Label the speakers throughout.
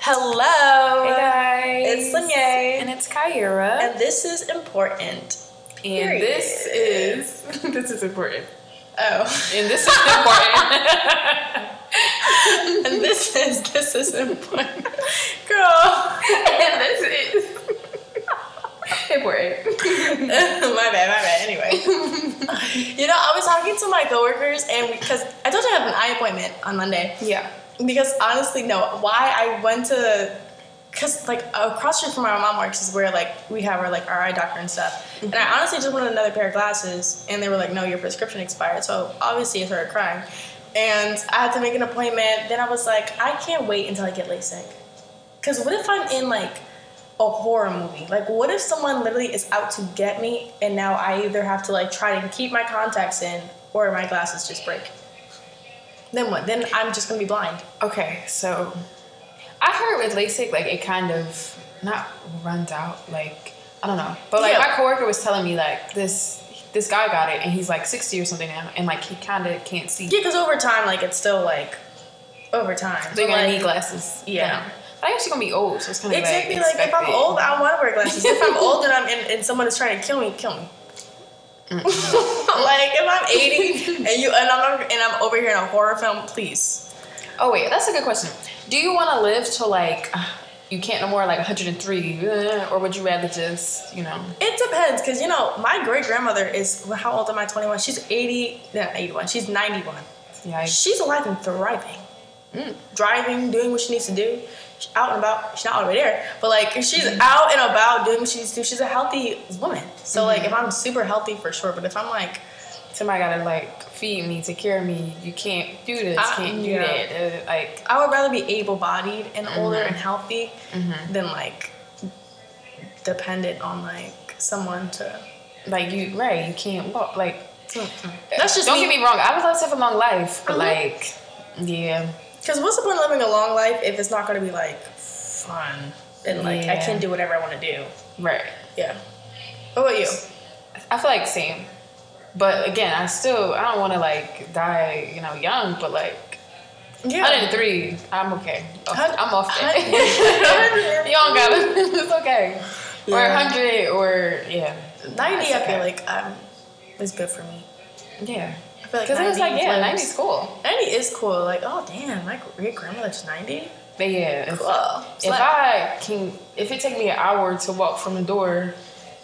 Speaker 1: Hello.
Speaker 2: Hey guys.
Speaker 1: It's Lynette.
Speaker 2: And it's Kyra.
Speaker 1: And this is important.
Speaker 2: And this
Speaker 1: period.
Speaker 2: is this is important.
Speaker 1: Oh.
Speaker 2: And this is important.
Speaker 1: and this is this is important.
Speaker 2: Girl. And this is important.
Speaker 1: my bad, my bad. Anyway. you know, I was talking to my coworkers and because I told you I have an eye appointment on Monday.
Speaker 2: Yeah.
Speaker 1: Because honestly, no, why I went to because like across the street from where my mom works is where like we have our like our eye doctor and stuff. And I honestly just wanted another pair of glasses, and they were like, "No, your prescription expired." So obviously, I started crying, and I had to make an appointment. Then I was like, "I can't wait until I get LASIK," because what if I'm in like a horror movie? Like, what if someone literally is out to get me, and now I either have to like try to keep my contacts in, or my glasses just break? Then what? Then I'm just gonna be blind.
Speaker 2: Okay, so I heard with LASIK like it kind of not runs out, like I don't know. But like
Speaker 1: Yeah.
Speaker 2: my coworker was telling me like this this guy got it and he's like 60 or something now and like he kind of can't see.
Speaker 1: Yeah, because over time, like it's still like over time.
Speaker 2: So you're
Speaker 1: But,
Speaker 2: gonna
Speaker 1: like,
Speaker 2: need glasses.
Speaker 1: yeah.
Speaker 2: then. But I guess you're gonna be old, so it's kind of
Speaker 1: Exactly.
Speaker 2: Like,
Speaker 1: Like, if I'm
Speaker 2: expected.
Speaker 1: old, I want to wear glasses. if I'm old and I'm and, and someone is trying to kill me, kill me. like if I'm 80 and you and I'm and I'm over here in a horror film, please.
Speaker 2: Oh wait, that's a good question. Do you want to live till like you can't no more like 103, uh, or would you rather just you know?
Speaker 1: It depends, cause you know my great grandmother is well, how old am I? 21. She's 80. No, 81. She's 91.
Speaker 2: Yeah. I-
Speaker 1: She's alive and thriving. Mm. Driving, doing what she needs to do. She's out and about. She's not all the way there, but like if
Speaker 2: Mm-hmm.
Speaker 1: she's out and about doing what she needs to do, she's a healthy woman. So
Speaker 2: Mm-hmm.
Speaker 1: like if I'm super healthy for sure, but if I'm like
Speaker 2: Somebody gotta like feed me, take care of me. You can't do this.
Speaker 1: I-
Speaker 2: can't do
Speaker 1: Ah, yeah.
Speaker 2: that. Uh, like
Speaker 1: I would rather be able bodied and older
Speaker 2: Mm-hmm.
Speaker 1: and healthy than like dependent on like someone to.
Speaker 2: like you right. You can't walk. Like
Speaker 1: That's just
Speaker 2: don't
Speaker 1: me.
Speaker 2: get me wrong. I would love to have a long life, but
Speaker 1: Mhm.
Speaker 2: like yeah,
Speaker 1: Because what's the point of living a long life if it's not going to be like fun and like I
Speaker 2: Yeah.
Speaker 1: can do whatever I want to do?
Speaker 2: right.
Speaker 1: Yeah. What about you?
Speaker 2: I feel like same, but again, I still I don't want to like die you know young, but like
Speaker 1: Yeah.
Speaker 2: 103, I'm okay. Off-
Speaker 1: Hun-
Speaker 2: I'm off that.
Speaker 1: hun- hundred-
Speaker 2: you don't got it. It's okay. Or
Speaker 1: Yeah.
Speaker 2: 100, or yeah.
Speaker 1: 90,
Speaker 2: That's
Speaker 1: I feel
Speaker 2: okay.
Speaker 1: like um, is good for me.
Speaker 2: Yeah.
Speaker 1: I feel like
Speaker 2: Because it was like, yeah, 90
Speaker 1: 90
Speaker 2: is cool.
Speaker 1: 90 is cool. Like, oh, damn, my great grandmother's 90?
Speaker 2: But yeah, if,
Speaker 1: Cool.
Speaker 2: if I can, if it take me an hour to walk from the door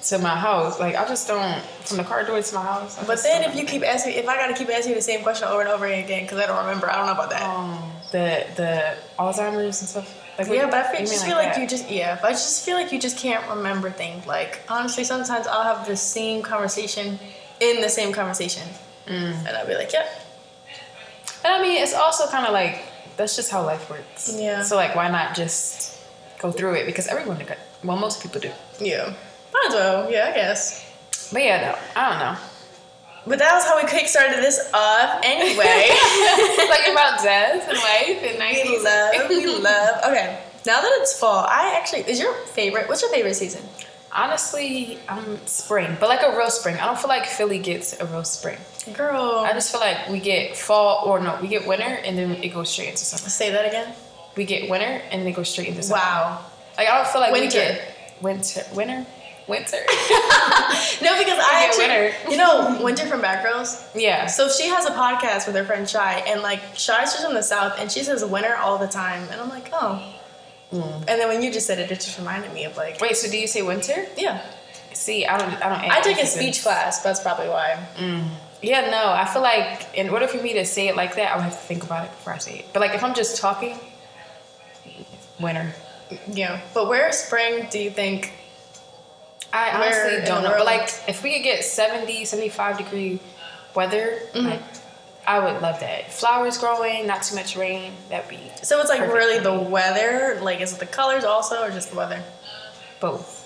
Speaker 2: to my house, like I just don't, from the car door to my house. I
Speaker 1: But
Speaker 2: just
Speaker 1: then
Speaker 2: don't-
Speaker 1: if you keep asking, if I gotta keep asking you the same question over and over again, because I don't remember, I don't know about that.
Speaker 2: um, the, the Alzheimer's and stuff. Like,
Speaker 1: yeah, but I feel,
Speaker 2: you
Speaker 1: just
Speaker 2: mean
Speaker 1: feel like
Speaker 2: that.
Speaker 1: you just yeah, but I just feel like you just can't remember things. Like honestly, sometimes I'll have the same conversation in the same conversation,
Speaker 2: Mm.
Speaker 1: and I'll be like, yep,
Speaker 2: But I mean, it's also kind of like that's just how life works.
Speaker 1: Yeah.
Speaker 2: So like, why not just go through it? Because everyone, well, most people do.
Speaker 1: yeah, might as well, yeah, I guess.
Speaker 2: But yeah, no, I don't know.
Speaker 1: But that was how we kickstarted this off. Anyway,
Speaker 2: like about death and life
Speaker 1: we
Speaker 2: and nineties.
Speaker 1: love, we love. Okay, now that it's fall, I actually is your favorite. What's your favorite season?
Speaker 2: Honestly, um, spring, but like a real spring. I don't feel like Philly gets a real spring.
Speaker 1: Girl,
Speaker 2: I just feel like we get fall or no, we get winter and then it goes straight into summer.
Speaker 1: say that again.
Speaker 2: We get winter and then it goes straight into summer.
Speaker 1: Wow.
Speaker 2: Like I don't feel like we
Speaker 1: Winter.
Speaker 2: get winter, winter, winter.
Speaker 1: No, because I
Speaker 2: Yeah,
Speaker 1: actually,
Speaker 2: winter.
Speaker 1: you know, Winter from Bad Girls.
Speaker 2: yeah.
Speaker 1: So she has a podcast with her friend Shy, and like Shy's just from the south, and she says winter all the time, and I'm like, oh. And then when you just said it, it just reminded me of like,
Speaker 2: Wait, so do you say winter?
Speaker 1: yeah.
Speaker 2: See, I don't, I don't. add
Speaker 1: I took a
Speaker 2: seasons.
Speaker 1: speech class, that's probably why.
Speaker 2: Yeah, no, I feel like in order for me to say it like that, I would have to think about it before I say it. But like if I'm just talking, winter.
Speaker 1: Yeah. But where spring do you think?
Speaker 2: I
Speaker 1: Where
Speaker 2: honestly
Speaker 1: in
Speaker 2: don't
Speaker 1: the
Speaker 2: know. But
Speaker 1: world?
Speaker 2: like if we could get 70, 75 degree weather,
Speaker 1: Mm-hmm.
Speaker 2: like I would love that. Flowers growing, not too much rain, that'd be
Speaker 1: So it's like
Speaker 2: Perfect.
Speaker 1: really the weather. Like, is it the colors also, or just the weather?
Speaker 2: both.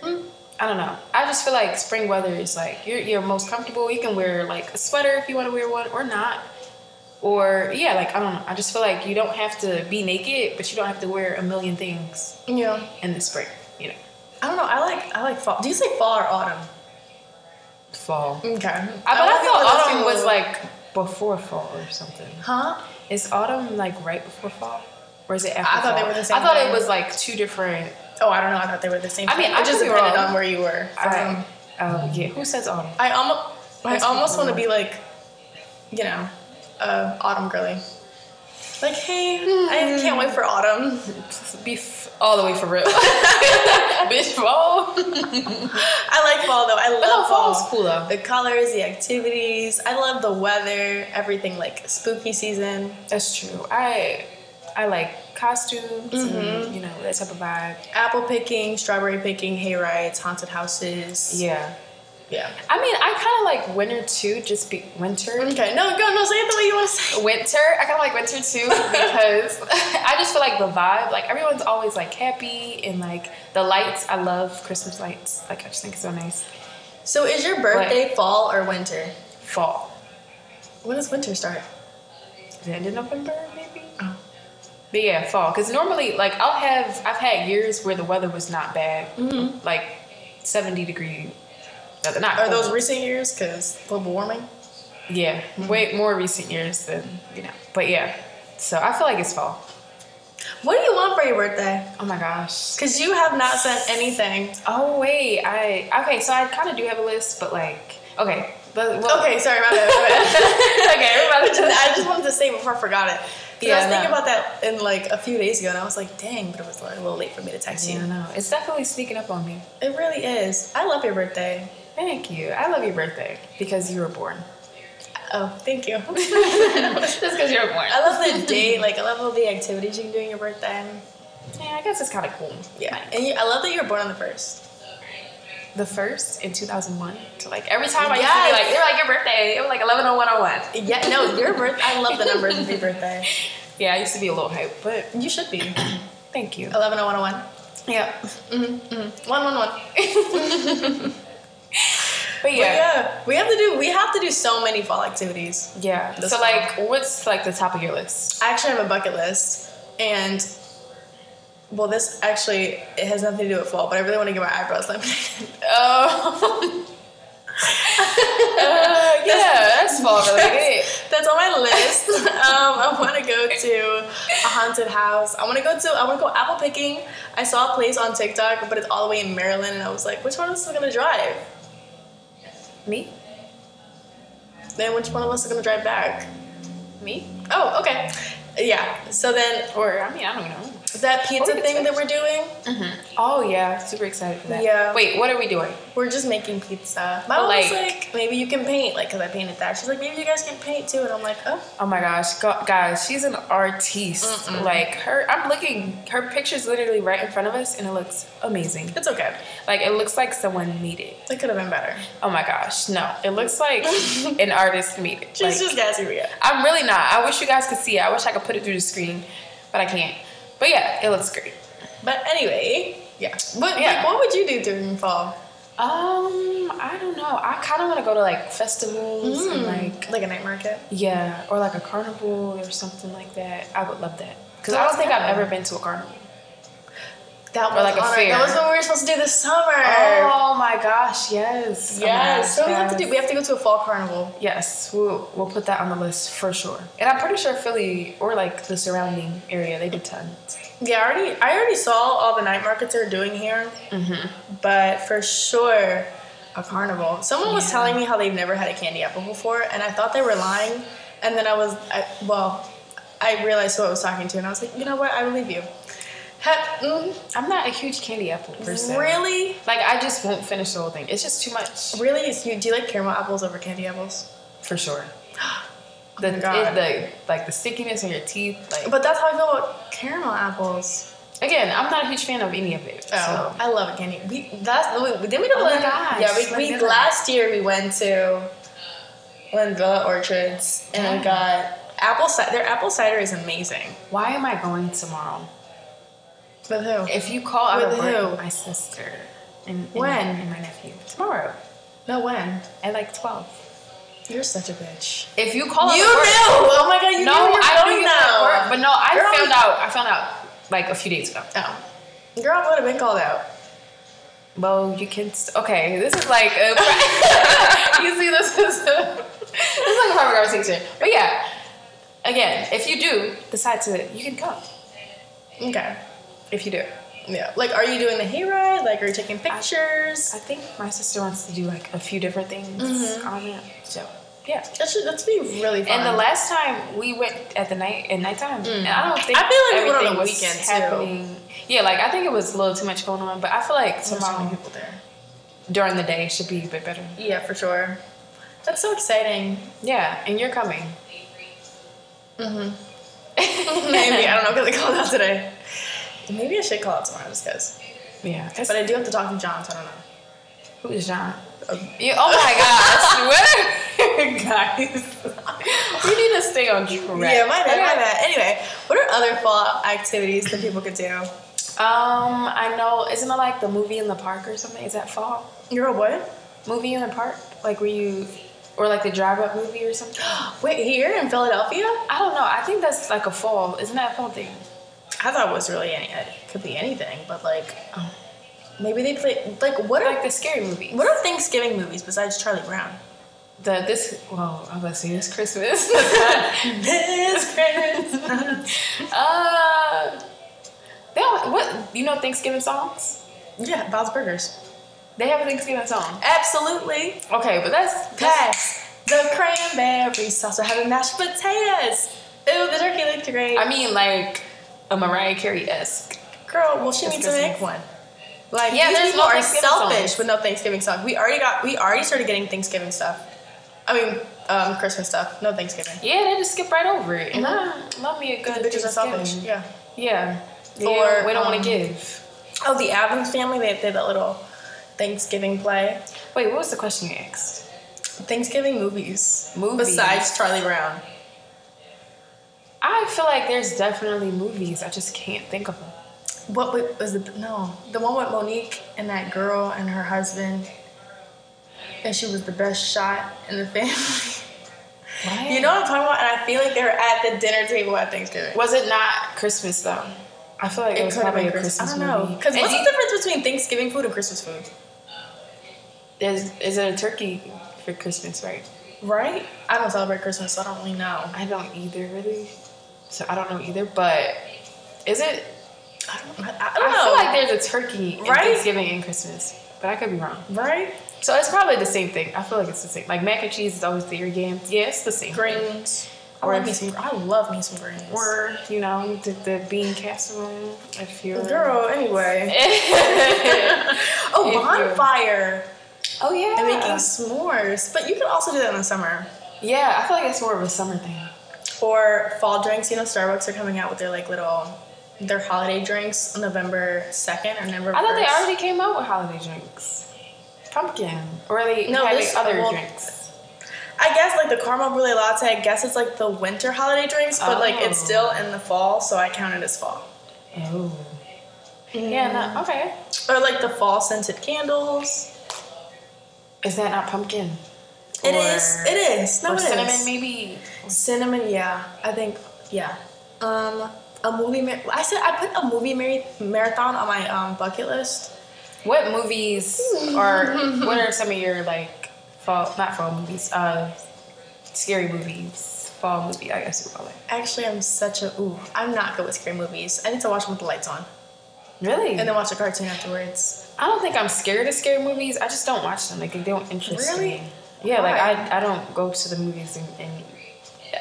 Speaker 2: Hmm, I don't know. I just feel like spring weather is like you're you're most comfortable. You can wear like a sweater if you want to wear one or not. Or yeah, like I don't know. I just feel like you don't have to be naked, but you don't have to wear a million things
Speaker 1: Yeah.
Speaker 2: in the spring, you know.
Speaker 1: I don't know. I like I like fall. Do you say fall or autumn?
Speaker 2: Fall.
Speaker 1: Okay. I,
Speaker 2: I, but I,
Speaker 1: like
Speaker 2: thought
Speaker 1: when those
Speaker 2: autumn
Speaker 1: people-
Speaker 2: was like before fall or something.
Speaker 1: Huh?
Speaker 2: Is autumn like right before fall? Or is it
Speaker 1: thought
Speaker 2: after fall?
Speaker 1: they were the same
Speaker 2: I thought
Speaker 1: thing.
Speaker 2: it was like two different.
Speaker 1: Oh, I don't know. I thought they were the same.
Speaker 2: I mean,
Speaker 1: thing.
Speaker 2: I
Speaker 1: it just
Speaker 2: could be
Speaker 1: depended
Speaker 2: wrong.
Speaker 1: on where you were. Um, From.
Speaker 2: I, oh, yeah. Who says autumn?
Speaker 1: I almost, I
Speaker 2: That's
Speaker 1: almost want to
Speaker 2: cool.
Speaker 1: be like, you know, uh, autumn girly. Hmm. Like, hey, I can't wait for autumn.
Speaker 2: Be f- all the way for real. Bitch, fall.
Speaker 1: I like fall though. I love
Speaker 2: But no,
Speaker 1: fall.
Speaker 2: fall's cool though.
Speaker 1: The colors, the activities. I love the weather. Everything like spooky season.
Speaker 2: That's true. I I like costumes and you know that type of vibe.
Speaker 1: Apple picking, strawberry picking, hay rides, haunted houses.
Speaker 2: Yeah.
Speaker 1: Yeah.
Speaker 2: I mean, I kind of like winter too. Just be winter.
Speaker 1: Okay. No, go. No, say it the way you want to say. it.
Speaker 2: Winter. I kind of like winter too because I just feel like the vibe. Like everyone's always like happy and like the lights. I love Christmas lights. Like I just think it's so nice.
Speaker 1: So, is your birthday fall or winter?
Speaker 2: Fall.
Speaker 1: When does winter start?
Speaker 2: the end of November, maybe. Oh. But yeah, fall. Because normally, like, I'll have, I've had years where the weather was not bad, like 70 degree. Not, not
Speaker 1: Are those
Speaker 2: cold.
Speaker 1: recent years? Because global warming.
Speaker 2: yeah, way more recent years than, you know. But yeah, so I feel like it's fall.
Speaker 1: What do you want for your birthday?
Speaker 2: Oh my gosh.
Speaker 1: Because you have not sent anything.
Speaker 2: Oh, wait. I, okay, so I kind of do have a list, but like, okay. But, well,
Speaker 1: Okay, sorry, my bad. My bad.
Speaker 2: okay, we're about to
Speaker 1: I just wanted to say before I forgot it. 'Cause I
Speaker 2: Yeah,
Speaker 1: was thinking
Speaker 2: no.
Speaker 1: about that in like a few days ago, and I was like, dang, but it was like a little late for me to text
Speaker 2: Yeah, I
Speaker 1: you.
Speaker 2: know. It's definitely sneaking up on me.
Speaker 1: It really is. I love your birthday.
Speaker 2: Thank you. I love your birthday because you were born.
Speaker 1: Oh, thank you.
Speaker 2: Just because you were born.
Speaker 1: I love the date. Like, I love all the activities you can do on your birthday.
Speaker 2: Yeah, I guess it's kind of cool.
Speaker 1: Yeah, and you, I love that you were born on the first.
Speaker 2: The first in 2001. To like every time I
Speaker 1: Yes.
Speaker 2: used to be like, you're like your birthday. It was like oh 11 on 101.
Speaker 1: Yeah, no, your birth. I love the numbers of your birthday.
Speaker 2: Yeah, I used to be a little hype, but
Speaker 1: You should be.
Speaker 2: thank you.
Speaker 1: 11001.
Speaker 2: Oh, Yeah.
Speaker 1: 111.
Speaker 2: But
Speaker 1: Yeah.
Speaker 2: yeah.
Speaker 1: we have to do we have to do so many fall activities.
Speaker 2: Yeah.
Speaker 1: That's
Speaker 2: So like what's like the top of your list?
Speaker 1: I actually have a bucket list, and well, this actually it has nothing to do with fall, but I really want to get my eyebrows laminated.
Speaker 2: Oh. Uh, yeah, that's fall related.
Speaker 1: That's on my list. um, I want to go to a haunted house. I want to go to I want to go apple picking. I saw a place on TikTok, but it's all the way in Maryland, and I was like, which one of us is gonna drive?
Speaker 2: Me?
Speaker 1: Then which one of us is gonna drive back?
Speaker 2: Me?
Speaker 1: Oh, okay. Yeah. So then
Speaker 2: Or I mean, I don't know.
Speaker 1: that pizza
Speaker 2: we could
Speaker 1: thing that
Speaker 2: switch.
Speaker 1: we're doing,
Speaker 2: Oh yeah, super excited for that.
Speaker 1: Yeah.
Speaker 2: Wait, what are we doing?
Speaker 1: we're just making pizza. My mom was
Speaker 2: like-
Speaker 1: like, maybe you can paint, like, cause I painted that. She's like, maybe you guys can paint too, and I'm like, oh.
Speaker 2: Oh my gosh, go- guys, she's an artiste. Like her, I'm looking. Her picture's literally right in front of us, and it looks amazing.
Speaker 1: It's okay.
Speaker 2: Like it looks like someone made it.
Speaker 1: It could have been better.
Speaker 2: Oh my gosh, no, it looks like an artist made it.
Speaker 1: She's
Speaker 2: Like,
Speaker 1: just gassy we are.
Speaker 2: I'm really not. I wish you guys could see it. I wish I could put it through the screen, but I can't. But yeah, it looks great.
Speaker 1: But anyway, yeah. But
Speaker 2: Yeah.
Speaker 1: like, what would you do during fall?
Speaker 2: Um, I don't know. I kind of want to go to like festivals and like
Speaker 1: Hmm. Like a night market.
Speaker 2: yeah, or like a carnival or something like that. I would love that because I
Speaker 1: That's
Speaker 2: don't think I've
Speaker 1: cool.
Speaker 2: ever been to a carnival.
Speaker 1: That
Speaker 2: Or like a
Speaker 1: on our-
Speaker 2: fair.
Speaker 1: That was what we were supposed to do this summer.
Speaker 2: Oh my gosh, yes.
Speaker 1: Yes. so
Speaker 2: Oh
Speaker 1: we
Speaker 2: my gosh,
Speaker 1: have to do. We have to go to a fall carnival.
Speaker 2: Yes, we'll we'll put that on the list for sure. And I'm pretty sure Philly or like the surrounding area, they do tons.
Speaker 1: Yeah, I already. I already saw all the night markets they're doing here.
Speaker 2: Mm-hmm.
Speaker 1: But for sure, a carnival. Someone was
Speaker 2: Yeah.
Speaker 1: telling me how they've never had a candy apple before, and I thought they were lying. And then I was, I, well, I realized who I was talking to, and I was like, you know what? I believe you. Hep, mm,
Speaker 2: I'm not a huge candy apple person.
Speaker 1: really,
Speaker 2: Like I just won't finish the whole thing. It's just too much.
Speaker 1: really, is you? Do you like caramel apples over candy apples?
Speaker 2: For sure. The,
Speaker 1: Oh my God.
Speaker 2: the like the stickiness in your teeth. Like
Speaker 1: But that's how I feel about caramel apples.
Speaker 2: again, I'm not a huge fan of any of it.
Speaker 1: Oh,
Speaker 2: So
Speaker 1: I love a candy. We that's we, then we don't.
Speaker 2: Oh my
Speaker 1: like-
Speaker 2: gosh,
Speaker 1: Yeah,
Speaker 2: like
Speaker 1: we, we
Speaker 2: never.
Speaker 1: last year we went to Lindvilla Orchards and we
Speaker 2: Yeah.
Speaker 1: got apple cider. Their apple cider is amazing.
Speaker 2: why am I going tomorrow?
Speaker 1: With who?
Speaker 2: If you call out
Speaker 1: With
Speaker 2: of work,
Speaker 1: who?
Speaker 2: my sister and, and-
Speaker 1: When?
Speaker 2: and my nephew tomorrow
Speaker 1: No, when?
Speaker 2: at like twelve.
Speaker 1: You're such a bitch.
Speaker 2: If you call out
Speaker 1: you
Speaker 2: of work,
Speaker 1: knew. Oh my god, you
Speaker 2: no,
Speaker 1: knew we were
Speaker 2: I knew
Speaker 1: going
Speaker 2: you were at
Speaker 1: now.
Speaker 2: work, but no, I
Speaker 1: Girl.
Speaker 2: found out. I found out like a few days ago.
Speaker 1: no, girl, I would have been called out.
Speaker 2: Well, you can. St- okay, this is like a. you see, this is this is like a private conversation. But yeah, again, if you do decide to, you can come.
Speaker 1: Okay. If you do. Yeah. Like, are you doing the hayride? Like, are you taking pictures?
Speaker 2: I think my sister wants to do like a few different things on it. So yeah.
Speaker 1: that should that's be really fun. Mm.
Speaker 2: And the last time we went at the night at nighttime, and I don't think
Speaker 1: I feel like we went on
Speaker 2: everything
Speaker 1: a
Speaker 2: was
Speaker 1: weekend, too.
Speaker 2: happening. Yeah, like I think it was a little too much going on, but I feel like
Speaker 1: there's so many
Speaker 2: tomorrow
Speaker 1: people there.
Speaker 2: during the day should be a bit better.
Speaker 1: Yeah, for sure. That's so exciting.
Speaker 2: Yeah, and you're coming. Mm-hmm.
Speaker 1: Maybe I don't know because I called out today. Maybe I should call out tomorrow just because.
Speaker 2: Yeah,
Speaker 1: But Uh, I do have to talk to John, so I don't know.
Speaker 2: who is John? Yeah, oh my gosh, guys, we need to stay on track.
Speaker 1: Yeah, my bad, my
Speaker 2: Okay.
Speaker 1: bad. Anyway, what are other fall activities that people could do?
Speaker 2: Um, I know. Isn't it like the movie in the park or something? Is that fall?
Speaker 1: You're a what?
Speaker 2: Movie in the park, like where you, or like the drive up movie or something.
Speaker 1: Wait, here in Philadelphia?
Speaker 2: I don't know. I think that's like a fall. Isn't that a fall thing?
Speaker 1: I thought it was really any it could be anything, but like um, maybe they play like what are
Speaker 2: Like the scary movie.
Speaker 1: what are Thanksgiving movies besides Charlie Brown?
Speaker 2: The this well, I was gonna say this Christmas.
Speaker 1: this Christmas.
Speaker 2: uh, they all, what you know Thanksgiving songs?
Speaker 1: yeah, Bob's Burgers.
Speaker 2: They have a Thanksgiving song.
Speaker 1: Absolutely.
Speaker 2: Okay, but that's, that's
Speaker 1: Pass the cranberry sauce. We're having mashed potatoes. Ooh, the turkey looked great.
Speaker 2: I mean like a Mariah Carey esque.
Speaker 1: girl, well, she
Speaker 2: It's
Speaker 1: needs to
Speaker 2: Christmas.
Speaker 1: make one. Like,
Speaker 2: Yeah,
Speaker 1: yeah, these
Speaker 2: there's
Speaker 1: people
Speaker 2: no
Speaker 1: are
Speaker 2: Thanksgiving
Speaker 1: selfish
Speaker 2: songs.
Speaker 1: with no Thanksgiving song. We already got, we already started getting Thanksgiving stuff. I mean, um, Christmas stuff. No Thanksgiving.
Speaker 2: Yeah, they just skip right over it. And I love me Uh-huh. a good
Speaker 1: Bitches are selfish.
Speaker 2: Thanksgiving.
Speaker 1: Yeah.
Speaker 2: Yeah.
Speaker 1: Or,
Speaker 2: Or we don't want
Speaker 1: um,
Speaker 2: to give.
Speaker 1: Oh, the Adams family. They did that little Thanksgiving play.
Speaker 2: Wait, what was the question you asked?
Speaker 1: Thanksgiving movies.
Speaker 2: Movies.
Speaker 1: Besides Charlie Brown.
Speaker 2: I feel like there's definitely movies. I just can't think of them.
Speaker 1: What wa- was the no? The one with Monique and that girl and her husband, and she was the best shot in the family.
Speaker 2: What?
Speaker 1: you know what I'm talking about? And I feel like they were at the dinner table at Thanksgiving.
Speaker 2: Was it not Christmas though? I feel like it, was
Speaker 1: could've
Speaker 2: probably a
Speaker 1: been
Speaker 2: Christmas,
Speaker 1: I don't know.
Speaker 2: movie.
Speaker 1: Because
Speaker 2: And
Speaker 1: what's
Speaker 2: do
Speaker 1: the difference between Thanksgiving food and Christmas food?
Speaker 2: you- is, is it a turkey for Christmas, right?
Speaker 1: Right? I don't celebrate Christmas, so I don't really know.
Speaker 2: I don't either really. So I don't know either, but is it
Speaker 1: I don't, I, I
Speaker 2: I,
Speaker 1: don't know.
Speaker 2: feel like there's a turkey in
Speaker 1: Right?
Speaker 2: Thanksgiving and Christmas. But I could be wrong.
Speaker 1: right?
Speaker 2: So it's probably the same thing. I feel like it's the same. Like mac and cheese is always the year game. Yeah, it's the same. thing.
Speaker 1: Greens. I
Speaker 2: Or
Speaker 1: love me
Speaker 2: if-
Speaker 1: some. I love me some greens.
Speaker 2: Or, you know, the, the bean casserole if you're
Speaker 1: Girl, anyway. oh,
Speaker 2: If you-
Speaker 1: bonfire
Speaker 2: oh yeah.
Speaker 1: and making s'mores. But you can also do that in the summer.
Speaker 2: yeah, I feel like it's more of a summer thing.
Speaker 1: Or fall drinks. You know, Starbucks are coming out with their like little their holiday drinks on November second or November.
Speaker 2: I thought they
Speaker 1: 1st.
Speaker 2: already came out with holiday drinks. Pumpkin. Or they
Speaker 1: No,
Speaker 2: no, having
Speaker 1: this-
Speaker 2: other
Speaker 1: well,
Speaker 2: drinks.
Speaker 1: I guess like the caramel brulee latte. I guess it's like the winter holiday drinks, but like it's
Speaker 2: Oh.
Speaker 1: still in the fall, so I count it as fall.
Speaker 2: Oh. Yeah, no, okay.
Speaker 1: Or like the fall scented candles.
Speaker 2: Is that not pumpkin?
Speaker 1: It is. It is. No,
Speaker 2: or
Speaker 1: it
Speaker 2: cinnamon,
Speaker 1: is.
Speaker 2: maybe.
Speaker 1: Cinnamon, yeah. I think, yeah. Um, a movie. Mar- I said I put a movie mar- marathon on my um, bucket list.
Speaker 2: What movies are, what are some of your, like, fall, not fall movies, uh, scary movies? Fall movie, I guess you call it.
Speaker 1: Actually, I'm such a ooh. I'm not good with scary movies. I need to watch them with the lights on,
Speaker 2: Really?
Speaker 1: and then watch a cartoon afterwards.
Speaker 2: I don't think I'm scared of scary movies. I just don't watch them. Like they don't interest
Speaker 1: Really?
Speaker 2: me. Yeah, like
Speaker 1: Why?
Speaker 2: I, I don't go to the movies and, and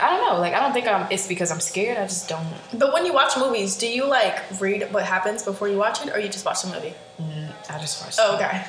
Speaker 2: I don't know. Like I don't think I'm. It's because I'm scared. I just don't.
Speaker 1: But when you watch movies, do you like read what happens before you watch it, or you just watch the movie?
Speaker 2: I just watch.
Speaker 1: Oh,
Speaker 2: them.
Speaker 1: okay.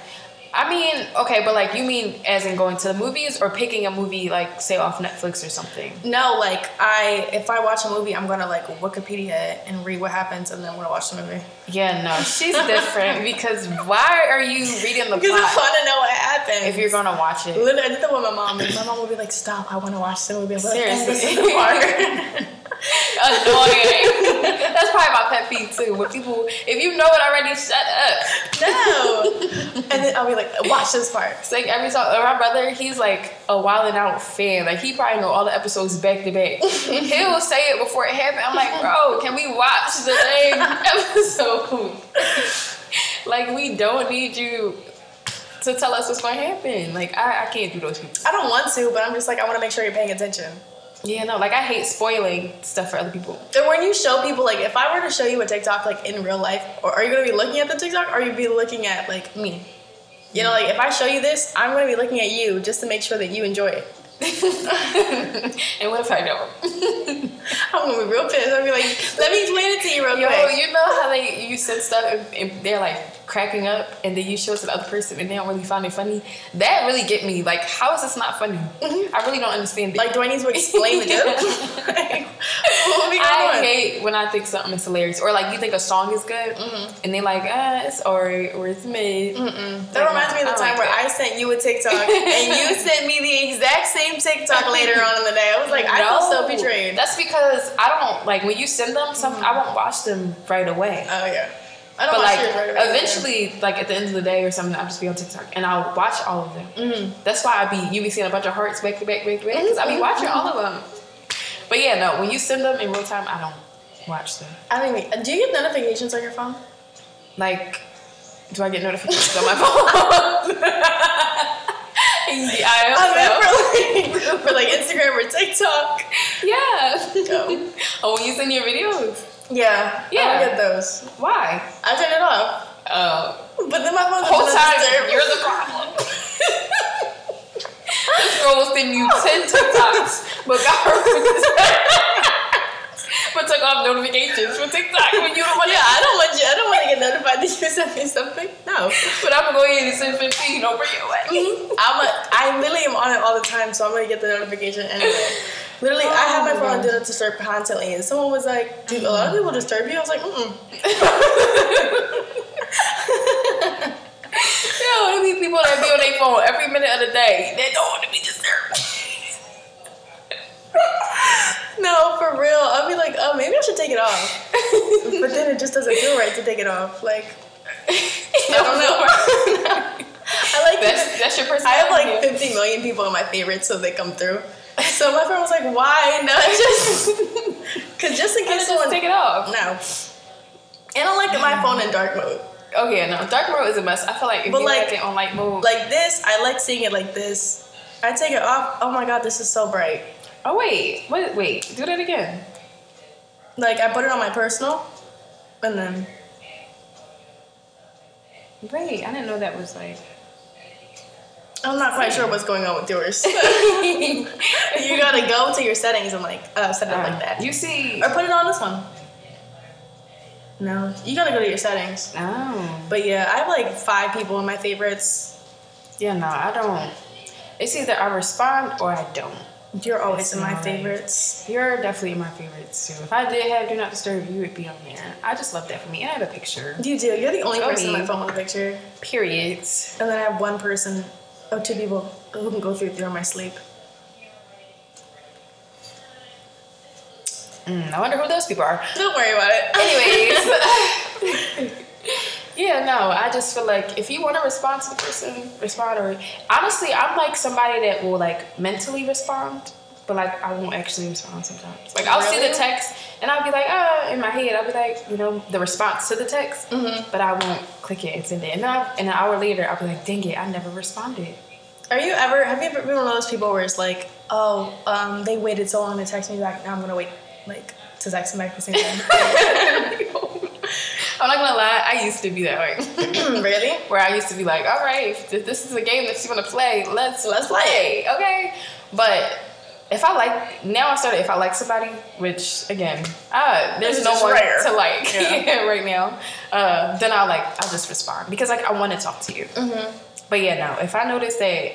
Speaker 2: I mean, okay, but like you mean as in going to the movies or picking a movie like say off Netflix or something.
Speaker 1: No, like I, if I watch a movie, I'm gonna like Wikipedia it and read what happens, and then I'm gonna watch the movie
Speaker 2: Yeah, no, she's different because why are you reading the
Speaker 1: because I
Speaker 2: plot
Speaker 1: want to know what happens.
Speaker 2: if you're gonna watch it?
Speaker 1: Literally, I did that with my mom. and My mom would be like, "Stop! I want to watch the movie." I'm like,
Speaker 2: Seriously.
Speaker 1: "This is the part."
Speaker 2: Annoying. That's probably my pet peeve too. When people, if you know it already, shut up.
Speaker 1: no. And then I'll be like, "Watch this part."
Speaker 2: It's like every time, like, my brother, he's like a wild and out fan. Like he probably know all the episodes back to back. He'll say it before it happened. I'm like, bro, can we watch the same episode? like we don't need you to tell us what's gonna happen. Like I, I can't do those people.
Speaker 1: I don't want to, but I'm just like, I want to make sure you're paying attention.
Speaker 2: Yeah, no, like I hate spoiling stuff for other people.
Speaker 1: And when you show people, like, if I were to show you a TikTok, like, in real life, or are you gonna be looking at the TikTok, or you be looking at like me? You know, like, if I show you this, I'm gonna be looking at you just to make sure that you enjoy it.
Speaker 2: and what if I don't?
Speaker 1: I'm gonna be real pissed. I'll be like, let me explain it to you real
Speaker 2: Yo,
Speaker 1: quick.
Speaker 2: you know how they you send stuff and, and they're like cracking up, and then you show it to the other person, and they don't really find it funny. That really get me. Like, how is this not funny? I really don't understand it.
Speaker 1: Mm-hmm. Like, do I need to explain the joke? like, what would be
Speaker 2: I
Speaker 1: going on?
Speaker 2: hate when I think something is hilarious, or like you think a song is good,
Speaker 1: Mm-hmm.
Speaker 2: and they like, ah, it's alright or it's mid.
Speaker 1: That reminds me of the
Speaker 2: I
Speaker 1: time
Speaker 2: like
Speaker 1: where
Speaker 2: that.
Speaker 1: I sent you a TikTok and you sent me the exact same TikTok later on in the day. I was like, I feel so betrayed. Mm-hmm.
Speaker 2: That's because I don't like when you send them something. I won't watch them right away.
Speaker 1: oh yeah, I don't
Speaker 2: but
Speaker 1: watch
Speaker 2: like
Speaker 1: yours right away.
Speaker 2: eventually, like at the end of the day or something, I'll just be on TikTok and I'll watch all of them.
Speaker 1: Mm-hmm.
Speaker 2: That's why I be you be seeing a bunch of hearts back to back back to back because I be watching all of
Speaker 1: Mm-hmm.
Speaker 2: them. But yeah, no, when you send them in real time, I don't watch them.
Speaker 1: I don't even. Do you get notifications on your phone?
Speaker 2: Like, do I get notifications on my phone? yeah, I hope so.
Speaker 1: I mean, for like, for like Instagram or TikTok.
Speaker 2: Yeah.
Speaker 1: No.
Speaker 2: Oh, when you send your videos,
Speaker 1: Yeah, I
Speaker 2: Yeah.
Speaker 1: don't get those.
Speaker 2: why?
Speaker 1: I turn it off.
Speaker 2: Uh,
Speaker 1: But then my phone
Speaker 2: whole
Speaker 1: goes
Speaker 2: time
Speaker 1: downstairs.
Speaker 2: you're the problem. this girl was sending you ten TikToks, but got her. but took off notifications for TikTok when you don't want
Speaker 1: Yeah, I don't want you. I don't want to get notified that you sent me something. No.
Speaker 2: But I'm gonna go ahead and send fifteen over your way.
Speaker 1: I'm a, I literally am on it all the time, so I'm gonna get the notification anyway. Literally, I have my
Speaker 2: Oh my
Speaker 1: phone on Do
Speaker 2: God.
Speaker 1: Not Disturb constantly, and someone was like, "Dude, a lot of people disturb you." I was like, "Mm."
Speaker 2: Yo, there be people that be on their phone every minute of the day. They don't want to be disturbed.
Speaker 1: No, for real. I'll be like, "Oh, maybe I should take it off," but then it just doesn't feel right to take it off. Like,
Speaker 2: I don't know.
Speaker 1: I like
Speaker 2: that's that's your personality.
Speaker 1: I have like 50 million people in my favorites, so they come through. So my friend was like, "Why not just?" Because just in case
Speaker 2: Just
Speaker 1: someone
Speaker 2: take it off.
Speaker 1: no. And I like my phone in dark mode.
Speaker 2: Oh yeah, no, dark mode is a mess. I feel like if
Speaker 1: But,
Speaker 2: you like,
Speaker 1: like-
Speaker 2: it on light mode,
Speaker 1: like this. I like seeing it like this. I take it off. Oh my god, this is so bright.
Speaker 2: oh wait, wait, wait, do that again.
Speaker 1: Like I put it on my personal, and then
Speaker 2: Wait, I didn't know that was like.
Speaker 1: I'm not quite sure what's going on with yours. you gotta go to your settings and like uh, set it like that,
Speaker 2: You see.
Speaker 1: or put it on this one. No, you gotta go to your settings.
Speaker 2: Oh.
Speaker 1: But yeah, I have like five people in my favorites.
Speaker 2: Yeah, no, I don't. It's either I respond or I don't.
Speaker 1: You're always in my
Speaker 2: Nice.
Speaker 1: favorites.
Speaker 2: You're definitely in my favorites too. If I did have Do Not Disturb, you would be on there. I just love that for me. And I have a picture.
Speaker 1: You do. You're the only
Speaker 2: Go
Speaker 1: person in my
Speaker 2: me.
Speaker 1: phone with a picture,
Speaker 2: Periods.
Speaker 1: and then I have one person, oh, two people who can go through through my sleep.
Speaker 2: Mm, I wonder who those people are.
Speaker 1: Don't worry about it.
Speaker 2: Anyways. yeah, no, I just feel like if you want to respond to the person, respond. Or honestly, I'm like somebody that will like mentally respond, but like I won't actually respond sometimes. Like I'll see
Speaker 1: Really?
Speaker 2: the text and I'll be like, ah, in my head, I'll be like, you know, the response to the text, but I won't click it and send it. And then I, an hour later, I'll be like, dang it, I never responded.
Speaker 1: Are you ever? Have you ever been one of those people where it's like, oh, um, they waited so long to text me back. Now I'm gonna wait, like, to text them back the same time.
Speaker 2: I'm not gonna lie, I used to be that way.
Speaker 1: really?
Speaker 2: where I used to be like, all right, if this is a game that you want to play, let's let's play, okay? But if I like now, I started if I like somebody, which again, uh, there's
Speaker 1: It's
Speaker 2: no
Speaker 1: just
Speaker 2: one
Speaker 1: rare.
Speaker 2: to like
Speaker 1: Yeah.
Speaker 2: yeah, right now. Uh, then I'll like I'll just respond because like I want to talk to you.
Speaker 1: Mm-hmm.
Speaker 2: But yeah, no, if I notice that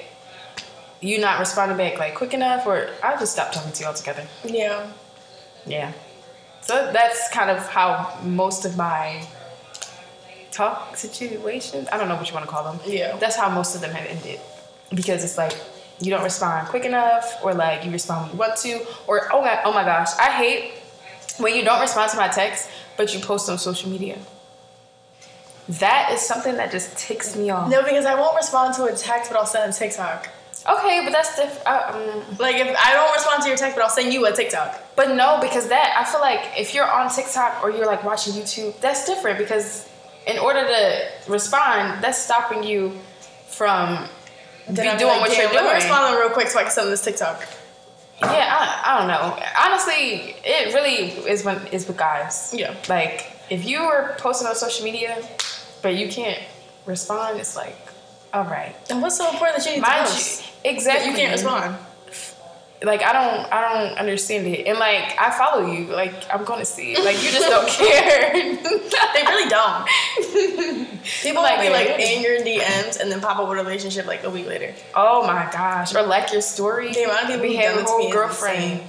Speaker 2: you not responding back like quick enough, or I'll just stop talking to you altogether.
Speaker 1: Yeah.
Speaker 2: Yeah. So that's kind of how most of my talk situations, I don't know what you want to call them.
Speaker 1: Yeah.
Speaker 2: That's how most of them have ended. Because it's like you don't respond quick enough, or like you respond when you want to, or oh my, oh my gosh, I hate when you don't respond to my text, but you post on social media. That is something that just ticks me off.
Speaker 1: No, because I won't respond to a text, but I'll send a TikTok.
Speaker 2: Okay, but that's different. Uh, um,
Speaker 1: Like, if I don't respond to your text, but I'll send you a TikTok.
Speaker 2: But no, because that I feel like if you're on TikTok or you're like watching YouTube, that's different because in order to respond, that's stopping you from
Speaker 1: Then
Speaker 2: be
Speaker 1: I'll
Speaker 2: doing
Speaker 1: like,
Speaker 2: what
Speaker 1: "Damn,
Speaker 2: you're
Speaker 1: Let me
Speaker 2: doing.
Speaker 1: respond to them real quick so I can send this TikTok.
Speaker 2: yeah, I, I don't know. Honestly, it really is when is with guys.
Speaker 1: Yeah.
Speaker 2: Like if you were posting on social media, but you can't respond, it's like, all right,
Speaker 1: And what's so important that you need to
Speaker 2: mind
Speaker 1: post?
Speaker 2: you,
Speaker 1: That
Speaker 2: exactly.
Speaker 1: you can't respond.
Speaker 2: Like I don't, I don't understand it, and like I follow you, like I'm gonna see it. Like you just don't care.
Speaker 1: They really don't. People
Speaker 2: Like,
Speaker 1: will be like
Speaker 2: yeah.
Speaker 1: in your DMs and then pop up with a relationship like a week later.
Speaker 2: oh my gosh, or like your story.
Speaker 1: The amount of people
Speaker 2: we
Speaker 1: who've
Speaker 2: have
Speaker 1: done
Speaker 2: a
Speaker 1: it to me
Speaker 2: whole
Speaker 1: is
Speaker 2: girlfriend.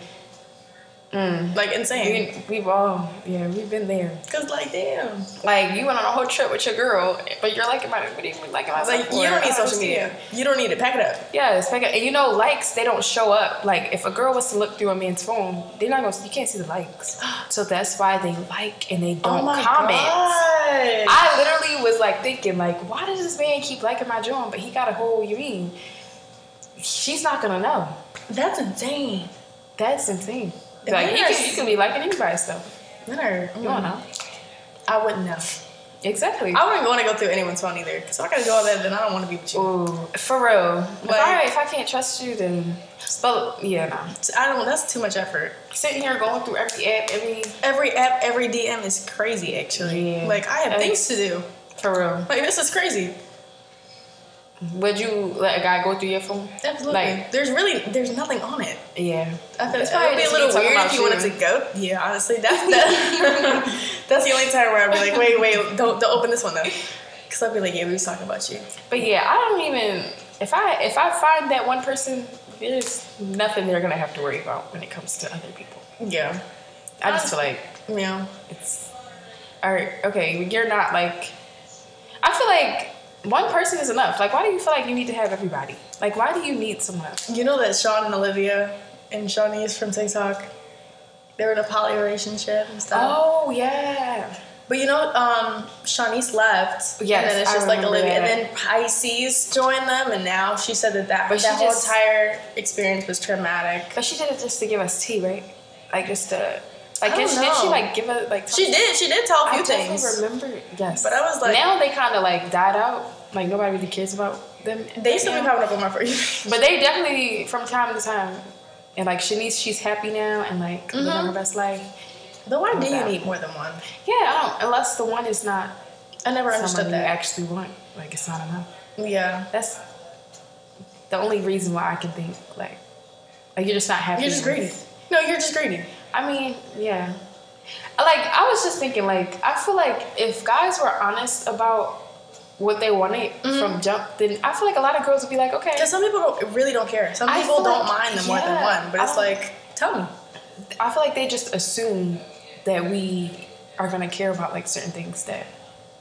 Speaker 2: Mm.
Speaker 1: Like insane.
Speaker 2: We, we've all, yeah, we've been there.
Speaker 1: Cause like damn.
Speaker 2: Like you went on a whole trip with your girl, but you're liking my, what do you mean liking my?
Speaker 1: Like you don't need social media. You don't need it. Pack it up.
Speaker 2: Yeah, it's like, and you know, likes they don't show up. Like if a girl was to look through a man's phone, they're not gonna. You can't see the likes, so that's why they like and they don't comment.
Speaker 1: Oh god.
Speaker 2: I literally was like thinking, like, why does this man keep liking my joint? But he got a whole. You mean? She's not gonna know.
Speaker 1: That's insane.
Speaker 2: That's insane. Like he
Speaker 1: Yes.
Speaker 2: can, you can be liking anybody's stuff.
Speaker 1: Men are.
Speaker 2: You don't know.
Speaker 1: I wouldn't know.
Speaker 2: Exactly.
Speaker 1: I wouldn't want to go through anyone's phone either. Cause if I gotta do all that, then I don't want to be with you.
Speaker 2: Ooh, for real. If I,
Speaker 1: Like-
Speaker 2: if I can't trust you, then but yeah, no.
Speaker 1: I don't. That's too much effort.
Speaker 2: Sitting here going through every app, every
Speaker 1: Every app, every DM is crazy. Actually,
Speaker 2: Yeah.
Speaker 1: like I have
Speaker 2: And-
Speaker 1: things to do.
Speaker 2: for real.
Speaker 1: Like this is crazy.
Speaker 2: Would you let a guy go through your phone?
Speaker 1: Absolutely.
Speaker 2: Like-
Speaker 1: there's really there's nothing on it.
Speaker 2: Yeah.
Speaker 1: I feel it's
Speaker 2: It's probably
Speaker 1: probably be a
Speaker 2: just
Speaker 1: little
Speaker 2: me talking
Speaker 1: weird
Speaker 2: about
Speaker 1: if you
Speaker 2: you.
Speaker 1: wanted to go. Yeah, honestly, that's that, that's the only time where I'd be like, wait, wait, don't don't open this one though, because I'd be like, yeah, we was talking about you.
Speaker 2: But yeah, I don't even if I if I find that one person, there's nothing they're gonna have to worry about when it comes to other people.
Speaker 1: Yeah,
Speaker 2: I just feel like
Speaker 1: yeah.
Speaker 2: it's all right. Okay, you're not like. I feel like one person is enough. Like, why do you feel like you need to have everybody? Like, why do you need someone?
Speaker 1: You know that Sean and Olivia and Shawnee's from TikTok, they were in a poly relationship and stuff.
Speaker 2: Oh yeah.
Speaker 1: But you know, um, Shawnee's left.
Speaker 2: Yes,
Speaker 1: and then it's
Speaker 2: I
Speaker 1: just like
Speaker 2: remember
Speaker 1: Olivia, and
Speaker 2: that.
Speaker 1: then Pisces joined them, and now she said that that,
Speaker 2: But she
Speaker 1: that whole
Speaker 2: just-
Speaker 1: entire experience was traumatic.
Speaker 2: But she did it just to give us tea, right? Like just to like
Speaker 1: I
Speaker 2: did
Speaker 1: don't
Speaker 2: she, did she
Speaker 1: know.
Speaker 2: like give us like
Speaker 1: She did. She did tell a
Speaker 2: I
Speaker 1: few
Speaker 2: definitely
Speaker 1: things.
Speaker 2: remember yes.
Speaker 1: But I was like-
Speaker 2: now they kind of like died out. Like nobody really cares about them.
Speaker 1: They
Speaker 2: right
Speaker 1: used to be
Speaker 2: now.
Speaker 1: popping up on my first.
Speaker 2: But they definitely from time to time, and like Shanice, she's happy now and like
Speaker 1: Mm-hmm.
Speaker 2: living her best life.
Speaker 1: But why do you
Speaker 2: Yeah.
Speaker 1: need more than one?
Speaker 2: Yeah, I don't, unless the one is not
Speaker 1: I never
Speaker 2: someone
Speaker 1: understood
Speaker 2: you
Speaker 1: that.
Speaker 2: actually want. Like it's not enough.
Speaker 1: Yeah.
Speaker 2: That's the only reason why I can think like like you're just not happy.
Speaker 1: You're just
Speaker 2: with-
Speaker 1: greedy. No, you're just greedy.
Speaker 2: I mean, yeah. Like I was just thinking, like I feel like if guys were honest about what they wanted from jump, then I feel like a lot of girls would be like, okay,
Speaker 1: Because some people don't, really don't care. Some
Speaker 2: I
Speaker 1: people
Speaker 2: feel
Speaker 1: don't
Speaker 2: like-
Speaker 1: mind them more than
Speaker 2: yeah,
Speaker 1: one. But
Speaker 2: I
Speaker 1: it's
Speaker 2: don't-
Speaker 1: like, tell me.
Speaker 2: I feel like they just assume that we are gonna care about like certain things that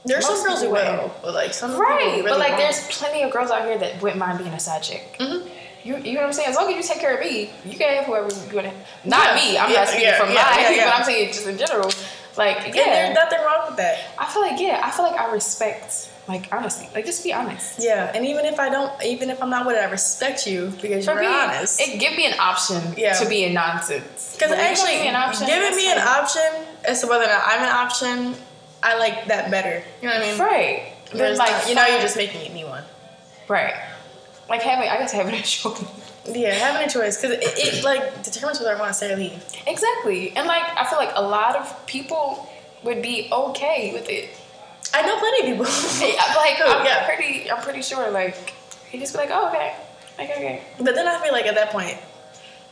Speaker 1: There's some
Speaker 2: Most
Speaker 1: girls who
Speaker 2: people
Speaker 1: will,
Speaker 2: will.
Speaker 1: but like some people
Speaker 2: right.
Speaker 1: really
Speaker 2: but like,
Speaker 1: won't.
Speaker 2: there's plenty of girls out here that wouldn't mind being a side chick.
Speaker 1: Mhm.
Speaker 2: You, you know what I'm saying? As long as you take care of me, you can have whoever you want. to Not
Speaker 1: Yeah.
Speaker 2: me. I'm
Speaker 1: Yeah,
Speaker 2: not speaking
Speaker 1: yeah,
Speaker 2: from
Speaker 1: yeah,
Speaker 2: my.
Speaker 1: yeah, yeah.
Speaker 2: But I'm saying just in general. Like
Speaker 1: and
Speaker 2: yeah,
Speaker 1: there's nothing wrong with that.
Speaker 2: I feel like yeah, I feel like I respect like honestly, like just be honest.
Speaker 1: Yeah, and even if I don't, even if I'm not with it, I respect you because
Speaker 2: For
Speaker 1: you're
Speaker 2: me,
Speaker 1: honest.
Speaker 2: it give me an option
Speaker 1: Yeah.
Speaker 2: to be in nonsense.
Speaker 1: Because
Speaker 2: When it
Speaker 1: actually,
Speaker 2: gives me an option,
Speaker 1: giving
Speaker 2: that's
Speaker 1: me an
Speaker 2: like-
Speaker 1: option as to whether or not I'm an option, I like that better. You know what I mean?
Speaker 2: right? Then
Speaker 1: Whereas,
Speaker 2: like
Speaker 1: you know, you're just making me one.
Speaker 2: right. Like having, I guess having a choice.
Speaker 1: Yeah, having a choice because it, it like determines whether I want to stay or leave.
Speaker 2: Exactly, and like I feel like a lot of people would be okay with it.
Speaker 1: I know plenty of people,
Speaker 2: Yeah, like
Speaker 1: Oh,
Speaker 2: I'm
Speaker 1: yeah.
Speaker 2: pretty, I'm pretty sure. Like you just be like, oh okay, like okay.
Speaker 1: but then I feel like at that point,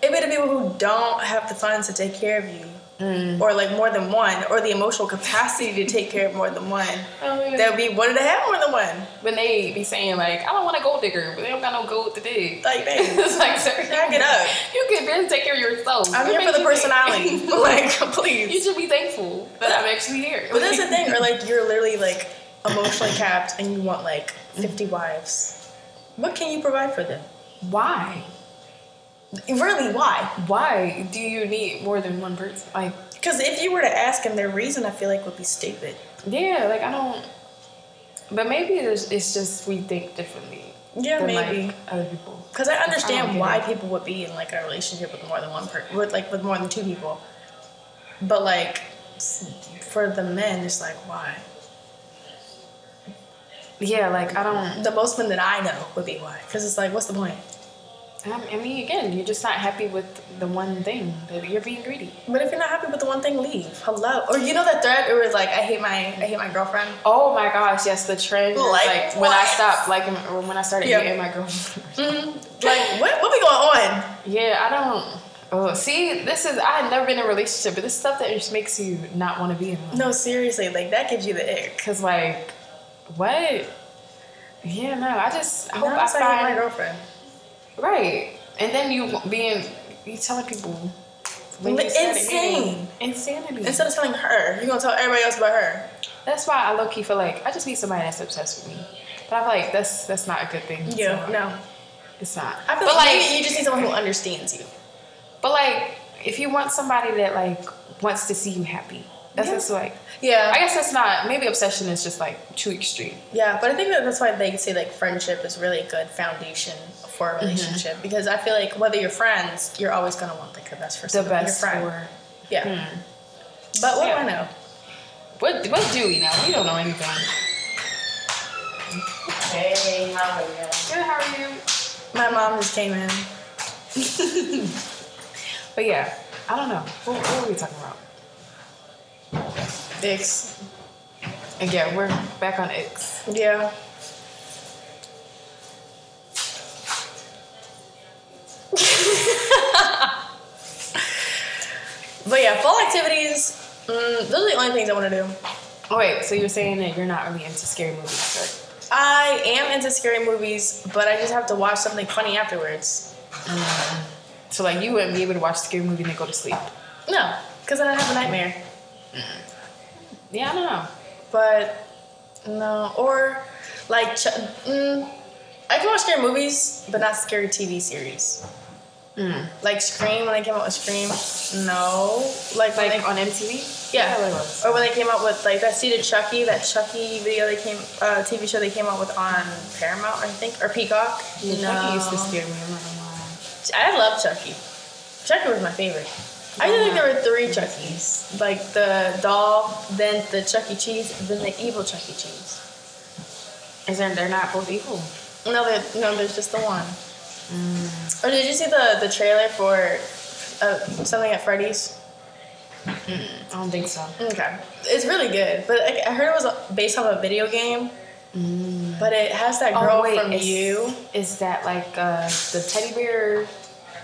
Speaker 1: it would be the people who don't have the funds to take care of you,
Speaker 2: Mm.
Speaker 1: or like more than one, or the emotional capacity to take care of more than one. That would be wanted to have more than one.
Speaker 2: when they be saying like, I don't want a gold digger, but they don't got no gold to dig.
Speaker 1: Like, dang,
Speaker 2: it's like, sir,
Speaker 1: Back it up.
Speaker 2: You can barely take care of
Speaker 1: I'm
Speaker 2: yourself. You
Speaker 1: here for
Speaker 2: make-
Speaker 1: the personality. like, please.
Speaker 2: You should be thankful that I'm actually here.
Speaker 1: But that's the thing, or like you're literally like emotionally capped and you want like 50 wives. What can you provide for them?
Speaker 2: Why?
Speaker 1: Really, why?
Speaker 2: Why do you need more than one person? Like,
Speaker 1: Because if you were to ask them their reason, I feel like would be stupid.
Speaker 2: yeah, like I don't. But maybe it's, it's just we think differently
Speaker 1: Yeah,
Speaker 2: than
Speaker 1: maybe.
Speaker 2: like other people.
Speaker 1: Because I
Speaker 2: I don't
Speaker 1: understand
Speaker 2: get
Speaker 1: why
Speaker 2: it.
Speaker 1: people would be in like a relationship with more than one person, with like with more than two people. But like s- for the men, it's like why?
Speaker 2: Yeah, like I don't.
Speaker 1: The most men that I know would be why. Because it's like, what's the point?
Speaker 2: Um, I mean, again, you're just not happy with the one thing. That you're being greedy.
Speaker 1: But if you're not happy with the one thing, leave. Hello. Or you know that thread? It was like, I hate my, I hate my girlfriend.
Speaker 2: Oh my gosh, yes, the trend. is,
Speaker 1: Like
Speaker 2: Like, when I
Speaker 1: what?
Speaker 2: stopped, like or when I started
Speaker 1: Yeah.
Speaker 2: dating my girlfriend.
Speaker 1: Like, what? What we going on?
Speaker 2: Yeah, I don't. Oh, see, this is I had never been in a relationship, but this is stuff that just makes you not want to be in one.
Speaker 1: No, seriously. Like that gives you the ick.
Speaker 2: Cause like, what? Yeah, no, I just I hope
Speaker 1: Now
Speaker 2: I
Speaker 1: it's like, I hate my
Speaker 2: find
Speaker 1: girlfriend.
Speaker 2: right, and then you being you telling people when
Speaker 1: Li-
Speaker 2: you started
Speaker 1: insane.
Speaker 2: dating. insanity.
Speaker 1: Instead of telling her, you're gonna tell everybody else about her.
Speaker 2: that's why I low key feel like I just need somebody that's obsessed with me. But I feel like that's that's not a good thing.
Speaker 1: Yeah,
Speaker 2: So,
Speaker 1: no.
Speaker 2: it's not.
Speaker 1: I feel
Speaker 2: but
Speaker 1: like, maybe you just need someone who understands you.
Speaker 2: but like if you want somebody that like wants to see you happy, that's
Speaker 1: Yeah.
Speaker 2: just like
Speaker 1: Yeah,
Speaker 2: I guess that's not maybe obsession is just like too extreme.
Speaker 1: yeah. But I think that that's why they say like friendship is really a good foundation for a
Speaker 2: Mm-hmm.
Speaker 1: relationship because I feel like whether you're friends, you're always gonna want like the best for
Speaker 2: The
Speaker 1: someone,
Speaker 2: best
Speaker 1: your friend.
Speaker 2: for Hmm.
Speaker 1: yeah. But what do I
Speaker 2: Yeah.
Speaker 1: know?
Speaker 2: what what do we know? We don't know anything.
Speaker 3: Hey, how are you?
Speaker 2: Good, how are you?
Speaker 1: My mom just came in.
Speaker 2: But yeah, I don't know. What, what were we talking about?
Speaker 1: Dicks.
Speaker 2: And yeah, we're back on X.
Speaker 1: Yeah. but yeah, fall activities. Mm, those are the only things I want to do.
Speaker 2: Oh wait, so you're saying that you're not really into scary movies,
Speaker 1: I am into scary movies, but I just have to watch something funny afterwards.
Speaker 2: but, so like you wouldn't be able to watch a scary movie and then go to sleep.
Speaker 1: No, because then I have a nightmare.
Speaker 2: Yeah, I don't know.
Speaker 1: But no, or like ch- mm, I can watch scary movies, but not scary TV series.
Speaker 2: Hmm.
Speaker 1: Like Scream when they came out with Scream. No, like when
Speaker 2: Like
Speaker 1: they-
Speaker 2: on MTV.
Speaker 1: yeah,
Speaker 2: it was.
Speaker 1: or when they came out with like that seated Chucky, that Chucky video they came uh, TV show they came out with on Paramount, I think, or Peacock.
Speaker 2: Yeah,
Speaker 1: no.
Speaker 2: Chucky used to scare me. I'm not gonna lie.
Speaker 1: I love Chucky. Chucky was my favorite. I feel like there were three Chuckies. Like the doll, then the Chuck E. Cheese, then the evil Chuck E. Cheese.
Speaker 2: Is there? They're not both equal.
Speaker 1: No, there, no, there's just the one. Or did you see the, the trailer for uh, something at Freddy's?
Speaker 2: I don't think so.
Speaker 1: Okay, it's really good. But like, I heard it was based off a video game. But it has
Speaker 2: Oh,
Speaker 1: that girl from
Speaker 2: is,
Speaker 1: you.
Speaker 2: Is that like uh, the teddy bear,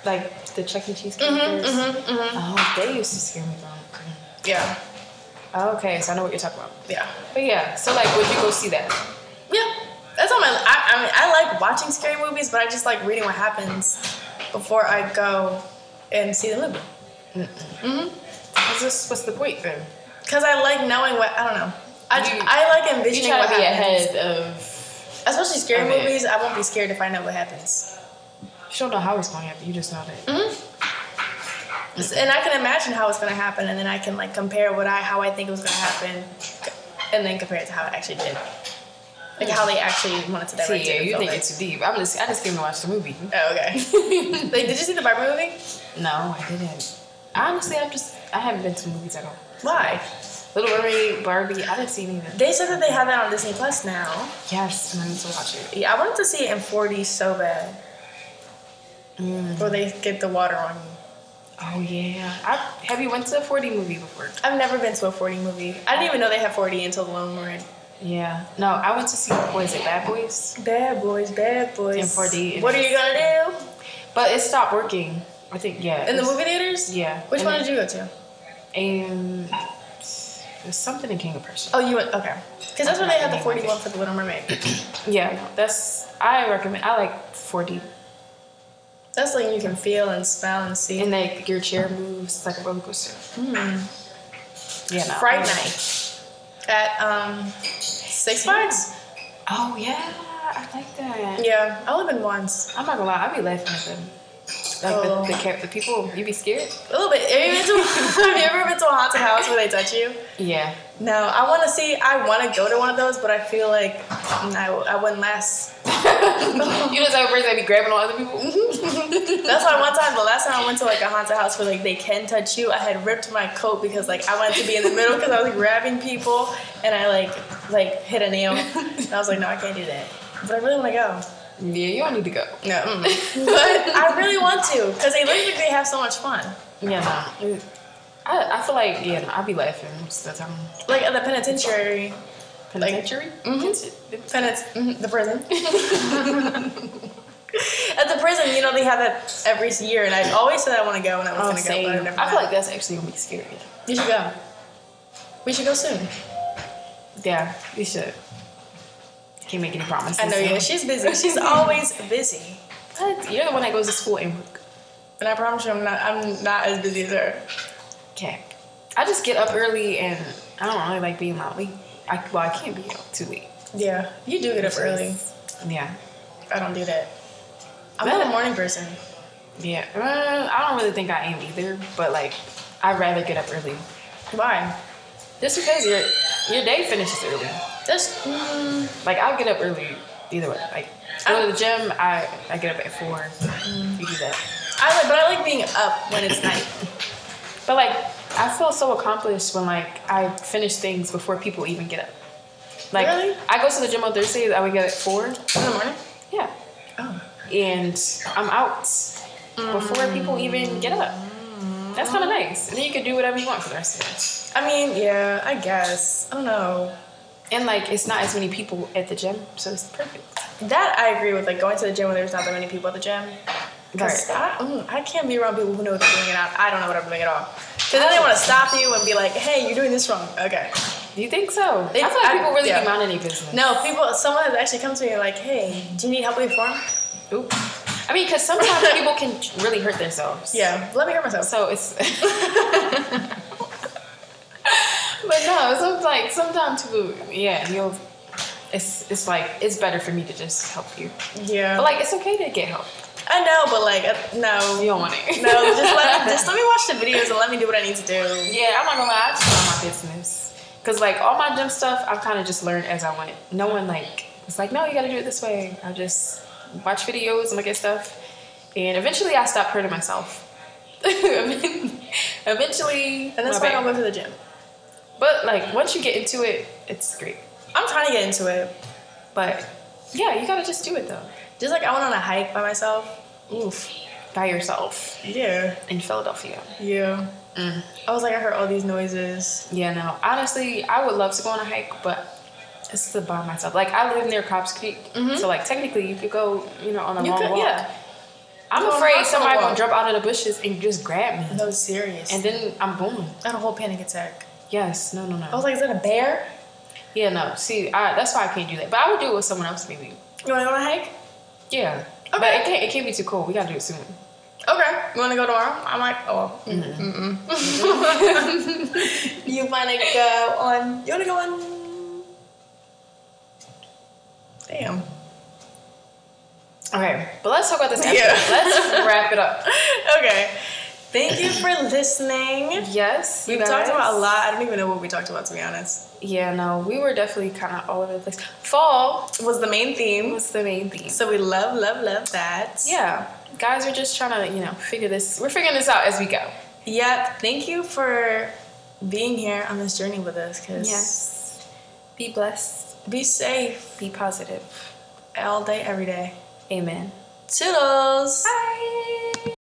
Speaker 2: like the Chuck E. Cheese characters? Oh, they used to scare me. Though.
Speaker 1: Yeah,
Speaker 2: Oh, Okay, so I know what you're talking about.
Speaker 1: yeah.
Speaker 2: But yeah, so like, would you go see that?
Speaker 1: Yeah, that's on my. I, I mean, I like watching scary movies, but I just like reading what happens before I go and see the movie.
Speaker 2: Is this what's the point then?
Speaker 1: Cause I like knowing what I don't know. I,
Speaker 2: You-
Speaker 1: I like
Speaker 2: You
Speaker 1: envisioning
Speaker 2: try
Speaker 1: what
Speaker 2: to be
Speaker 1: happens.
Speaker 2: ahead of.
Speaker 1: Especially scary
Speaker 2: of it.
Speaker 1: movies, I won't be scared if I know what happens.
Speaker 2: You don't know how it's going to happen. You just know that.
Speaker 1: And I can imagine how it's gonna happen, and then I can like compare what I how I think it was gonna happen, and then compare it to how it actually did. Like how they actually wanted to direct
Speaker 2: See, yeah,
Speaker 1: it. and
Speaker 2: you
Speaker 1: film
Speaker 2: think
Speaker 1: it.
Speaker 2: it's too deep. I'm just, I just came to watch the movie.
Speaker 1: Oh, okay. like, did you see the Barbie movie?
Speaker 2: No, I didn't. Honestly, I'm just, I haven't been to movies at all.
Speaker 1: Why?
Speaker 2: Little Mermaid, Barbie, I didn't see any of them.
Speaker 1: They said that they have that on Disney Plus now.
Speaker 2: Yes, and I need to watch it.
Speaker 1: Yeah, I wanted to see it in 4D so bad. Where they get the water on you.
Speaker 2: Oh yeah. I, have you went to a 4D movie before?
Speaker 1: I've never been to a 4D movie. I didn't even know they had 4D until The Lone Lord.
Speaker 2: Yeah. No, I went to see what is it, Bad Boys?
Speaker 1: Bad boys, bad boys.
Speaker 2: In 4D.
Speaker 1: What are you gonna
Speaker 2: But it stopped working. I think yeah.
Speaker 1: do? In the
Speaker 2: it's-
Speaker 1: movie theaters?
Speaker 2: Yeah.
Speaker 1: Which
Speaker 2: And
Speaker 1: one
Speaker 2: it-
Speaker 1: did you go to?
Speaker 2: And there's something in King of Persia.
Speaker 1: Oh, you went, okay. Because that's where they had the 4D one for The Little Mermaid.
Speaker 2: Yeah, no, that's I recommend. I like 4D,
Speaker 1: That's like you can feel and smell and see.
Speaker 2: and like your chair moves like a roller coaster. Yeah. No,
Speaker 1: Fright
Speaker 2: I-
Speaker 1: Night at um, Six Flags?
Speaker 2: Oh yeah, I like that.
Speaker 1: Yeah, I only been once.
Speaker 2: I'm not gonna lie, I be laughing at them. Like
Speaker 1: Oh.
Speaker 2: the, the cap, the people. You be scared?
Speaker 1: A little bit. Have you, been to, have you ever been to a haunted house where they touch you?
Speaker 2: Yeah.
Speaker 1: No, I want to see. I want to go to one of those, but I feel like no, I wouldn't last.
Speaker 2: you just like person that be grabbing on other people.
Speaker 1: That's why one time, the last time I went to like a haunted house where like they can touch you, I had ripped my coat because like I wanted to be in the middle because I was grabbing people and I like like hit a nail. And I was like, no, I can't do that. But I really want to go.
Speaker 2: Yeah, you all need to go.
Speaker 1: No, mm. but I really want to because they look like they have so much fun.
Speaker 2: Yeah, no. it- I, I feel like yeah, no, I be laughing most of the time.
Speaker 1: Like at the penitentiary,
Speaker 2: Penitentiary.
Speaker 1: Mhm.
Speaker 2: Penit-
Speaker 1: penance, mhm, the prison. at the prison, you know they have that every year, and I always said I want to go and I was
Speaker 2: Oh,
Speaker 1: gonna
Speaker 2: same.
Speaker 1: go, but I never.
Speaker 2: I feel like
Speaker 1: went.
Speaker 2: that's actually gonna be scary.
Speaker 1: you should go. We should go soon.
Speaker 2: Yeah, you should. Can't make any promises.
Speaker 1: I know. Yeah,
Speaker 2: so.
Speaker 1: she's busy. She's always busy.
Speaker 2: But you're the one that goes to school and work.
Speaker 1: And I promise you, I'm not. I'm not as busy as her.
Speaker 2: Okay. I just get up early and I don't really like being out late. I, well, I can't be out too late.
Speaker 1: Yeah, you do get up early.
Speaker 2: Yeah.
Speaker 1: I don't do that. I'm not a morning person.
Speaker 2: Yeah. Uh, I don't really think I am either, but like, I'd rather get up early.
Speaker 1: Why?
Speaker 2: Just because your your day finishes early.
Speaker 1: That's mm,
Speaker 2: Like, I'll get up early either way. Like, go to the gym, I, I get up at four. You do that.
Speaker 1: I like, but I like being up when it's night.
Speaker 2: But like, I feel so accomplished when like I finish things before people even get up. Like,
Speaker 1: Really?
Speaker 2: I go to the gym on Thursdays. I would get up at four.
Speaker 1: In the morning?
Speaker 2: Yeah.
Speaker 1: Oh.
Speaker 2: and I'm out before people even get up. That's kind of nice. And then you can do whatever you want for the rest of it.
Speaker 1: I mean, yeah, I guess. I don't know.
Speaker 2: And like, it's not as many people at the gym, so it's perfect.
Speaker 1: That I agree with, like going to the gym when there's not that many people at the gym. Because I, mm, I can't be around people who know what they're doing and I, I don't know what I'm doing at all. Because then they want to stop you and be like, hey, you're doing this wrong. Okay.
Speaker 2: Do you think so?
Speaker 1: They-
Speaker 2: I feel like
Speaker 1: I-
Speaker 2: people really
Speaker 1: yeah.
Speaker 2: be minding their business.
Speaker 1: No, people, someone has actually come to me and like, hey, do you need help with your form?
Speaker 2: Oop. I mean, because sometimes people can really hurt themselves.
Speaker 1: Yeah, let me hurt myself.
Speaker 2: So it's. but no, it's just like sometimes people, yeah, you'll. It's, it's like it's better for me to just help you.
Speaker 1: Yeah.
Speaker 2: But like it's okay to get help.
Speaker 1: I know, but like, uh, no.
Speaker 2: You don't want it.
Speaker 1: No, just let, just let me watch the videos and let me do what I need to do.
Speaker 2: Yeah, I'm not gonna lie, I just mind my business. Cause like all my gym stuff, I've kind of just learned as I went. No one like it's like, no, you gotta do it this way. I just watch videos and look at stuff, and eventually I stopped hurting myself. eventually,
Speaker 1: And that's
Speaker 2: my
Speaker 1: why I don't
Speaker 2: bad.
Speaker 1: go to the gym.
Speaker 2: But like once you get into it, it's great.
Speaker 1: I'm trying to get into it.
Speaker 2: But yeah, you gotta just do it though.
Speaker 1: Just like I went on a hike by myself.
Speaker 2: Oof, by yourself
Speaker 1: Yeah.
Speaker 2: in Philadelphia.
Speaker 1: Yeah.
Speaker 2: Mm.
Speaker 1: I was like, I heard all these noises.
Speaker 2: Yeah, no. Honestly, I would love to go on a hike, but it's the by myself. Like I live near Cobb's Creek,
Speaker 1: Mhm.
Speaker 2: so like technically you could go, you know, on a
Speaker 1: You
Speaker 2: long
Speaker 1: could,
Speaker 2: walk.
Speaker 1: yeah.
Speaker 2: I'm
Speaker 1: Go on a walk,
Speaker 2: afraid
Speaker 1: on a
Speaker 2: somebody gonna
Speaker 1: walk.
Speaker 2: jump out of the bushes and just grab me,
Speaker 1: No, serious. And
Speaker 2: and then I'm booming.
Speaker 1: I had a whole panic attack.
Speaker 2: Yes, no, no, no.
Speaker 1: I was like, is that a bear?
Speaker 2: yeah, no. See, I, that's why I can't do that. But I would do it with someone else, maybe.
Speaker 1: You want to go on a hike?
Speaker 2: Yeah, but
Speaker 1: Okay.
Speaker 2: it can't. It can't be too cold. We gotta do it soon.
Speaker 1: Okay. You want to go tomorrow? I'm like, oh. Mm-mm. Mm-hmm. you want to go on? You want to go on? Damn.
Speaker 2: Okay, but let's talk about this. Episode.
Speaker 1: Yeah.
Speaker 2: let's wrap it up.
Speaker 1: Okay. Thank you for listening.
Speaker 2: Yes,
Speaker 1: We
Speaker 2: you
Speaker 1: talked
Speaker 2: guys.
Speaker 1: about a lot. I don't even know what we talked about to be honest.
Speaker 2: Yeah, no, we were definitely kind of all over the place. Fall
Speaker 1: Was the main theme.
Speaker 2: was the main theme.
Speaker 1: So we love, love, love that.
Speaker 2: Yeah, guys, we're just trying to, you know, figure this. We're figuring this out as we go.
Speaker 1: Yep. Thank you for being here on this journey with us. Cause
Speaker 2: Be blessed.
Speaker 1: be safe
Speaker 2: Be positive.
Speaker 1: all day, every day.
Speaker 2: Amen.
Speaker 1: Toodles.
Speaker 2: Bye.